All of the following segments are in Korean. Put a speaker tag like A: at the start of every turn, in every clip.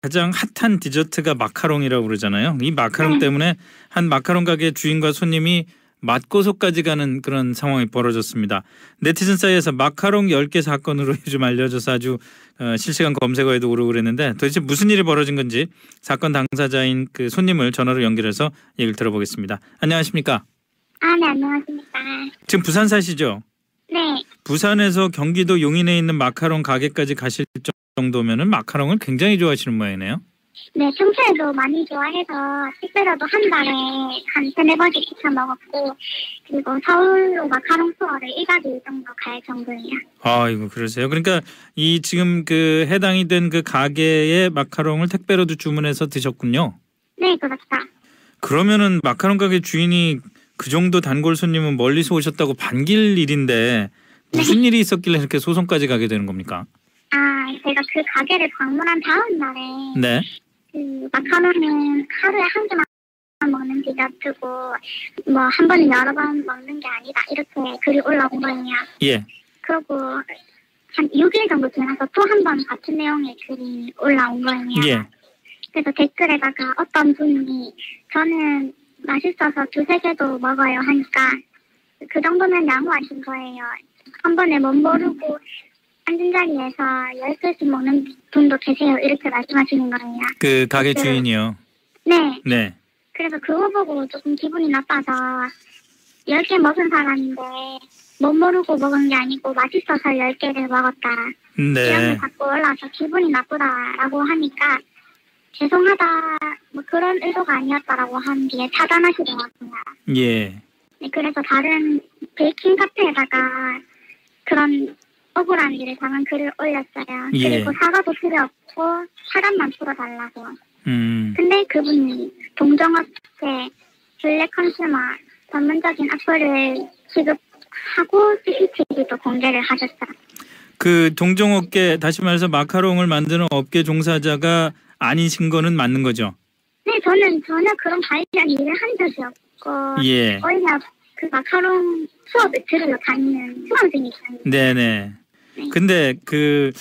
A: 가장 핫한 디저트가 마카롱이라고 그러잖아요. 이 마카롱 때문에 한 마카롱 가게 주인과 손님이 맞고소까지 가는 그런 상황이 벌어졌습니다. 네티즌 사이에서 마카롱 10개 사건으로 요즘 알려져서 아주 어, 실시간 검색어에도 오르고 그랬는데 도대체 무슨 일이 벌어진 건지 사건 당사자인 그 손님을 전화로 연결해서 얘기를 들어보겠습니다. 안녕하십니까?
B: 아, 네, 안녕하십니까.
A: 지금 부산 사시죠?
B: 네,
A: 부산에서 경기도 용인에 있는 마카롱 가게까지 가실 정도면은 마카롱을 굉장히 좋아하시는 모양이네요.
B: 네, 평소에도 많이 좋아해서 특별히도 한 달에 한 세네 번씩 시켜 먹었고, 그리고 서울로 마카롱 투어를 1박 2일 정도 갈 정도예요.
A: 아이고 그러세요. 그러니까 이 지금 그 해당이 된 그 가게의 마카롱을 택배로도 주문해서 드셨군요.
B: 네, 그렇다.
A: 그러면은 마카롱 가게 주인이 그 정도 단골 손님은 멀리서 오셨다고 반길 일인데 무슨 일이 있었길래 이렇게 소송까지 가게 되는 겁니까?
B: 아, 제가 그 가게를 방문한 다음 날에
A: 네.
B: 그 마카롱은 하루에 한 개만 먹는 디저트고, 뭐 한 번에 여러 번 먹는 게 아니다. 이렇게 글이 올라온 거예요.
A: 예.
B: 그러고 한 6일 정도 지나서 또 한 번 같은 내용의 글이 올라온 거예요.
A: 예.
B: 그래서 댓글에다가 어떤 분이 저는 맛있어서 두세 개도 먹어요 하니까 그 정도면 양호하신 거예요. 한 번에 못 모르고 앉은 자리에서 열 개씩 먹는 분도 계세요. 이렇게 말씀하시는 거예요.
A: 그 가게 주인이요.
B: 네.
A: 네.
B: 그래서 그거 보고 조금 기분이 나빠서 열 개 먹은 사람인데 못 모르고 먹은 게 아니고 맛있어서 열 개를 먹었다. 이런
A: 네.
B: 게 자꾸 올라와서 기분이 나쁘다라고 하니까 죄송하다 뭐 그런 의도가 아니었다라고 하는 게 차단하시더라고요.
A: 예.
B: 네, 그래서 다른 베이킹 카페에다가 그런 억울한 일을 당한 글을 올렸어요.
A: 예.
B: 그리고 사과도 필요 없고 차단만 풀어달라고.
A: 음.
B: 근데 그분이 동정업체 블랙 컨슈머 전문적인 악플을 지급하고 CCTV도 공개를 하셨어요.
A: 그 동종업계 다시 말해서 마카롱을 만드는 업계 종사자가 아니신 거는 맞는 거죠.
B: 네, 저는 전혀 그런 관련 일을 한 적이 없고
A: 예.
B: 오히려 그 마카롱 수업을 들으러 다니는 수강생이 있었는데
A: 네네. 근데 그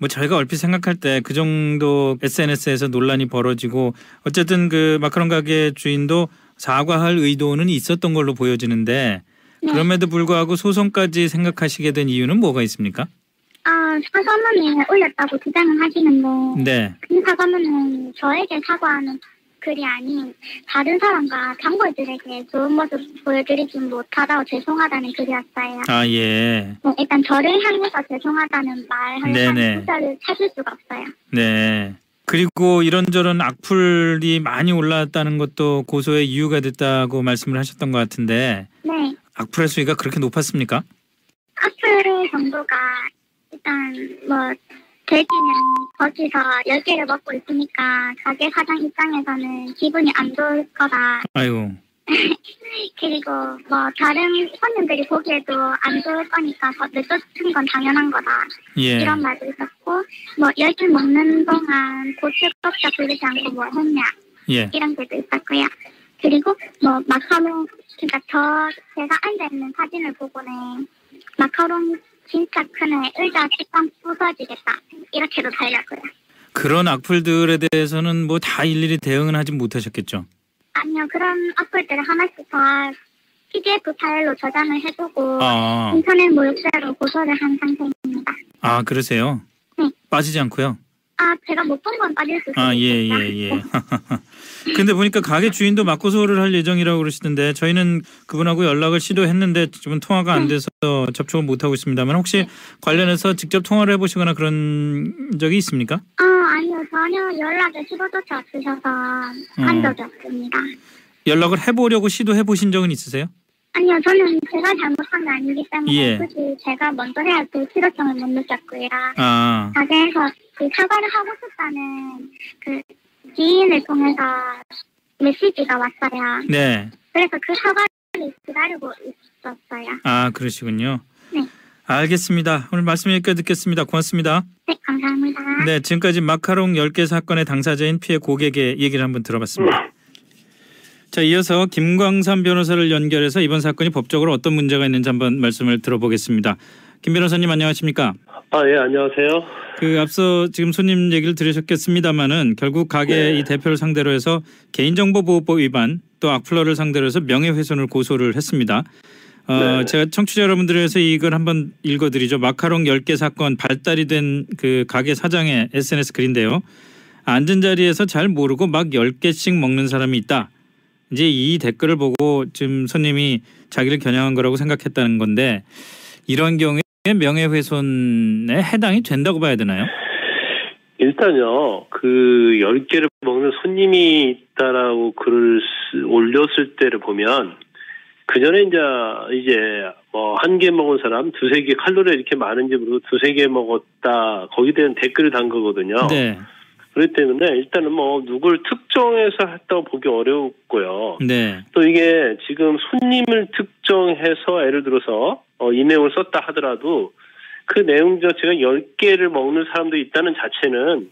A: 뭐 저희가 얼핏 생각할 때 그 정도 SNS에서 논란이 벌어지고 어쨌든 그 마카롱 가게 주인도 사과할 의도는 있었던 걸로 보여지는데
B: 네.
A: 그럼에도 불구하고 소송까지 생각하시게 된 이유는 뭐가 있습니까?
B: 아, 사과문을 올렸다고 주장을 하시는데
A: 네.
B: 그 사과문은 저에게 사과하는 글이 아닌 다른 사람과 단골들에게 좋은 모습 보여드리지 못하다고 죄송하다는 글이었어요.
A: 아 예.
B: 네, 일단 저를 향해서 죄송하다는 말을
A: 네네.
B: 한 문자를 찾을 수가 없어요.
A: 네. 그리고 이런저런 악플이 많이 올라왔다는 것도 고소의 이유가 됐다고 말씀을 하셨던 것 같은데
B: 네.
A: 악플의 수위가 그렇게 높았습니까?
B: 악플 정도가 일단 뭐 돼지는 거기서 10개를 먹고 있으니까 가게 사장 입장에서는 기분이 안 좋을 거다.
A: 아이고.
B: 그리고 뭐 다른 손님들이 보기에도 안 좋을 거니까 더 늦었은 건 당연한 거다.
A: 예.
B: 이런 말도 있었고 뭐 10개 먹는 동안 고추껍질 부르지 않고 뭐 했냐
A: 예.
B: 이런 것도 있었고요. 그리고 뭐 마카롱 그러니까 저 제가 앉아 있는 사진을 보고는 마카롱 진짜 크네 의자 책상 부서지겠다 이렇게도 달렸고요.
A: 그런 악플들에 대해서는 뭐 다 일일이 대응은 하지 못하셨겠죠.
B: 아니요 그런 어플들을 하나씩 다 PDF 파일로 저장을 해두고
A: 아,
B: 인터넷 모욕죄로 고소를 한 상태입니다.
A: 아 그러세요.
B: 네.
A: 빠지지 않고요.
B: 아 제가 못 본 건 빠질 수 있습니다.
A: 아, 예, 예, 예. 근데 보니까 가게 주인도 맞고소를 할 예정이라고 그러시던데 저희는 그분하고 연락을 시도했는데 지금 통화가 안 돼서 접촉을 못 하고 있습니다만 혹시 관련해서 직접 통화를 해보시거나 그런 적이 있습니까?
B: 아 아니요 전혀 연락을 시도조차 없으셔서
A: 음.
B: 한 적이 없습니다.
A: 연락을 해보려고 시도해 보신 적은 있으세요?
B: 아니요, 저는 제가 잘못한 게 아니기 때문에
A: 예.
B: 굳이 제가 먼저 해야 될 필요성을 못 느꼈고요.
A: 아,
B: 가게에서 그 사과를 하고 싶다는 그 지인을 통해서 메시지가 왔어요.
A: 네.
B: 그래서 그 사과를 기다리고 있었어요.
A: 아, 그러시군요.
B: 네.
A: 알겠습니다. 오늘 말씀 여기까지 듣겠습니다. 고맙습니다.
B: 네, 감사합니다.
A: 네, 지금까지 마카롱 10개 사건의 당사자인 피해 고객의 얘기를 한번 들어봤습니다. 자, 이어서 김광삼 변호사를 연결해서 이번 사건이 법적으로 어떤 문제가 있는지 한번 말씀을 들어보겠습니다. 김 변호사님 안녕하십니까?
C: 아, 예, 안녕하세요.
A: 그 앞서 지금 손님 얘기를 들으셨겠습니다마는 결국 가게
C: 네.
A: 이 대표를 상대로 해서 개인정보보호법 위반 또 악플러를 상대로 해서 명예훼손을 고소를 했습니다. 어,
C: 네.
A: 제가 청취자 여러분들에서 이걸 한번 읽어드리죠. 마카롱 10개 사건 발달이 된 그 가게 사장의 SNS 글인데요. 앉은 자리에서 잘 모르고 막 10개씩 먹는 사람이 있다. 이제 이 댓글을 보고 지금 손님이 자기를 겨냥한 거라고 생각했다는 건데 이런 경우에 명예훼손에 해당이 된다고 봐야 되나요?
C: 일단요, 그, 열개를 먹는 손님이 있다라고 글을 쓰- 올렸을 때를 보면, 그 전에 이제, 이제, 뭐, 한 개 먹은 사람, 두세 개, 칼로리가 이렇게 많은지 모르고 두세 개 먹었다. 거기에 대한 댓글을 단 거거든요.
A: 네,
C: 그렇기 때문에 일단은 뭐, 누굴 특정해서 했다고 보기 어렵고요.
A: 네,
C: 또 이게 지금 손님을 특정해서 예를 들어서 어, 이 내용을 썼다 하더라도 그 내용 자체가 10개를 먹는 사람도 있다는 자체는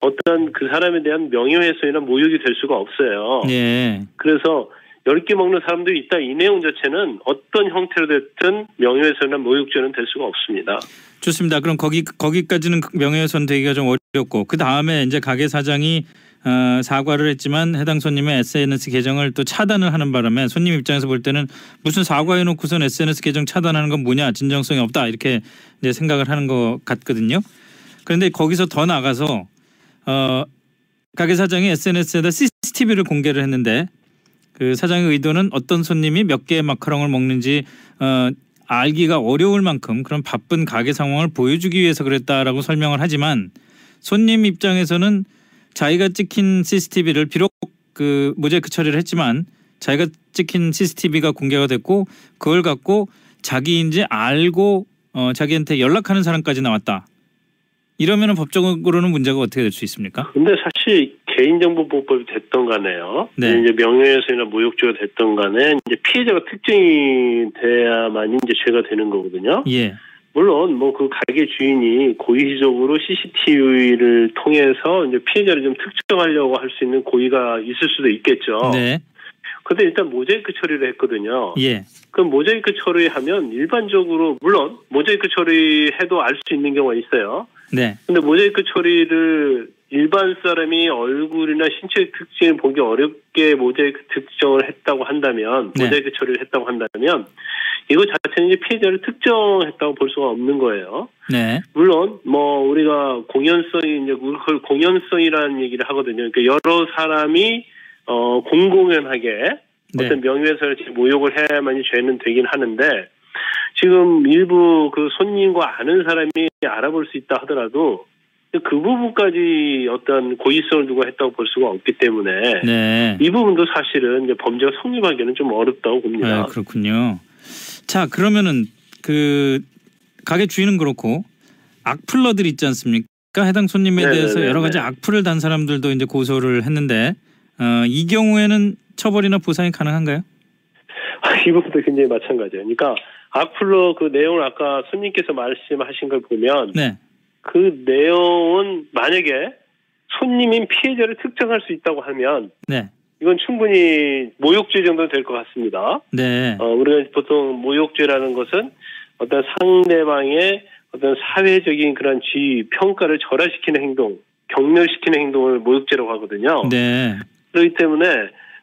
C: 어떤 그 사람에 대한 명예훼손이나 모욕이 될 수가 없어요.
A: 예,
C: 그래서 10개 먹는 사람도 있다 이 내용 자체는 어떤 형태로 됐든 명예훼손이나 모욕죄는 될 수가 없습니다.
A: 좋습니다. 그럼 거기 거기까지는 그 명예훼손 되기가 좀 어렵고 그 다음에 이제 가게 사장이 어, 사과를 했지만 해당 손님의 SNS 계정을 또 차단을 하는 바람에 손님 입장에서 볼 때는 무슨 사과해놓고선 SNS 계정 차단하는 건 뭐냐 진정성이 없다 이렇게 이제 생각을 하는 것 같거든요. 그런데 거기서 더 나가서 어, 가게 사장이 SNS에다 CCTV를 공개를 했는데 그 사장의 의도는 어떤 손님이 몇 개의 마카롱을 먹는지 어, 알기가 어려울 만큼 그런 바쁜 가게 상황을 보여주기 위해서 그랬다라고 설명을 하지만 손님 입장에서는 자기가 찍힌 CCTV를 비록 그 모자이크 처리를 했지만 자기가 찍힌 CCTV가 공개가 됐고 그걸 갖고 자기인지 알고 어, 자기한테 연락하는 사람까지 나왔다. 이러면 법적으로는 문제가 어떻게 될 수 있습니까?
C: 근데 사실 개인정보보호법이 됐던 간에요.
A: 네.
C: 이제 명예훼손이나 모욕죄가 됐던 간에 이제 피해자가 특정이 돼야만 이제 죄가 되는 거거든요.
A: 예,
C: 물론 뭐 그 가게 주인이 고의적으로 CCTV를 통해서 이제 피해자를 좀 특정하려고 할 수 있는 고의가 있을 수도 있겠죠.
A: 네,
C: 근데 일단 모자이크 처리를 했거든요.
A: 예,
C: 그 모자이크 처리하면 일반적으로 물론 모자이크 처리해도 알 수 있는 경우가 있어요.
A: 네,
C: 근데 모자이크 처리를 일반 사람이 얼굴이나 신체 특징을 보기 어렵게 모자이크 특정을 했다고 한다면
A: 네.
C: 모자이크 처리를 했다고 한다면 이거 자체는 이제 피해자를 특정했다고 볼 수가 없는 거예요.
A: 네,
C: 물론 뭐 우리가 공연성이 이제 그걸 공연성이라는 얘기를 하거든요. 그러니까 여러 사람이 어 공공연하게
A: 네,
C: 어떤 명예훼손을 모욕을 해야만이 죄는 되긴 하는데 지금 일부 그 손님과 아는 사람이 알아볼 수 있다 하더라도 그 부분까지 어떤 고의성을 누가 했다고 볼 수가 없기 때문에
A: 네.
C: 이 부분도 사실은 이제 범죄가 성립하기는 좀 어렵다고 봅니다.
A: 아, 그렇군요. 자 그러면은 그 가게 주인은 그렇고 악플러들 있지 않습니까? 해당 손님에
C: 네네네네.
A: 대해서 여러 가지 악플을 단 사람들도 이제 고소를 했는데 어, 이 경우에는 처벌이나 보상이 가능한가요?
C: 이 부분도 굉장히 마찬가지예요. 그러니까 악플로 그 내용을 아까 손님께서 말씀하신 걸 보면
A: 네,
C: 그 내용은 만약에 손님인 피해자를 특정할 수 있다고 하면
A: 네,
C: 이건 충분히 모욕죄 정도는 될 것 같습니다.
A: 네,
C: 어, 우리가 보통 모욕죄라는 것은 어떤 상대방의 어떤 사회적인 그런 지위, 평가를 절하시키는 행동, 경멸시키는 행동을 모욕죄라고 하거든요.
A: 네,
C: 그렇기 때문에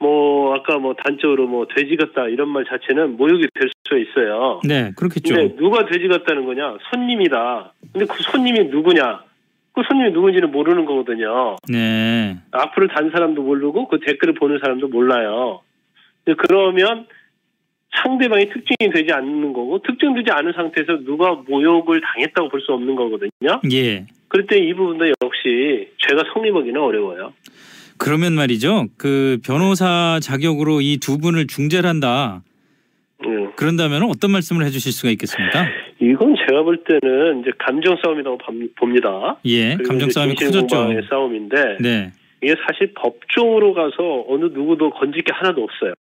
C: 뭐 아까 뭐 단적으로 뭐 돼지 같다 이런 말 자체는 모욕이 될 수가 있어요.
A: 네, 그렇겠죠.
C: 근데 누가 돼지 같다는 거냐? 손님이다. 근데 그 손님이 누구냐? 그 손님이 누군지는 모르는 거거든요.
A: 네,
C: 악플을 단 사람도 모르고 그 댓글을 보는 사람도 몰라요. 근데 그러면 상대방이 특징이 되지 않는 거고 특정되지 않은 상태에서 누가 모욕을 당했다고 볼 수 없는 거거든요.
A: 예.
C: 그럴 때 이 부분도 역시 죄가 성립하기는 어려워요.
A: 그러면 말이죠. 그 변호사 자격으로 이 두 분을 중재를 한다.
C: 음.
A: 그런다면 어떤 말씀을 해주실 수가 있겠습니까?
C: 이건 제가 볼 때는 이제 감정 싸움이라고 밤- 봅니다.
A: 예,
C: 그리고
A: 감정
C: 이제
A: 싸움이
C: 정신
A: 커졌죠.
C: 공방의 싸움인데
A: 네,
C: 이게 사실 법정으로 가서 어느 누구도 건질 게 하나도 없어요.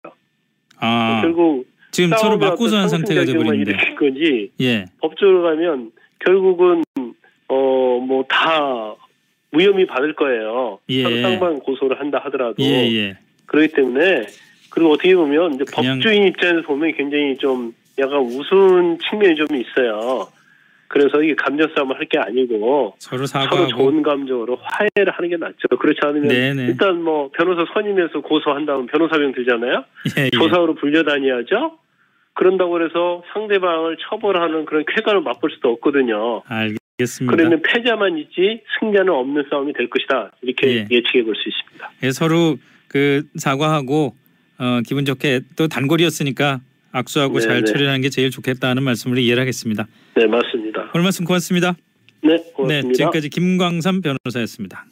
A: 아.
C: 어, 결국
A: 지금 서로
C: 싸움을
A: 맞고서한
C: 어떤
A: 상태가
C: 성승작용만
A: 돼버린데.
C: 일으킬 건지
A: 예,
C: 법적으로 가면 결국은 어 뭐 다 무혐의 받을 거예요.
A: 예.
C: 상방 고소를 한다 하더라도
A: 예, 예.
C: 그렇기 때문에 그리고 어떻게 보면 이제
A: 그냥-
C: 법조인 입장에서 보면 굉장히 좀 약간 우스운 측면이 좀 있어요. 그래서 이게 감정 싸움을 할 게 아니고
A: 서로
C: 서로
A: 사과하고
C: 좋은 감정으로 화해를 하는 게 낫죠. 그렇지 않으면
A: 네네.
C: 일단 뭐 변호사 선임해서 고소한 다음 변호사비용 들잖아요.
A: 예, 예.
C: 조사로 불려다녀야죠. 그런다고 해서 상대방을 처벌하는 그런 쾌감을 맛볼 수도 없거든요.
A: 알겠습니다.
C: 그러면 패자만 있지 승자는 없는 싸움이 될 것이다. 이렇게
A: 예.
C: 예. 측해 볼 수 있습니다.
A: 예, 서로 그 사과하고 어, 기분 좋게 또 단골이었으니까 악수하고
C: 네,
A: 잘
C: 네.
A: 처리하는 게 제일 좋겠다는 말씀을 이해하겠습니다.
C: 네, 맞습니다.
A: 오늘 말씀 고맙습니다.
C: 네,
A: 네,
C: 고맙습니다.
A: 지금까지 김광삼 변호사였습니다.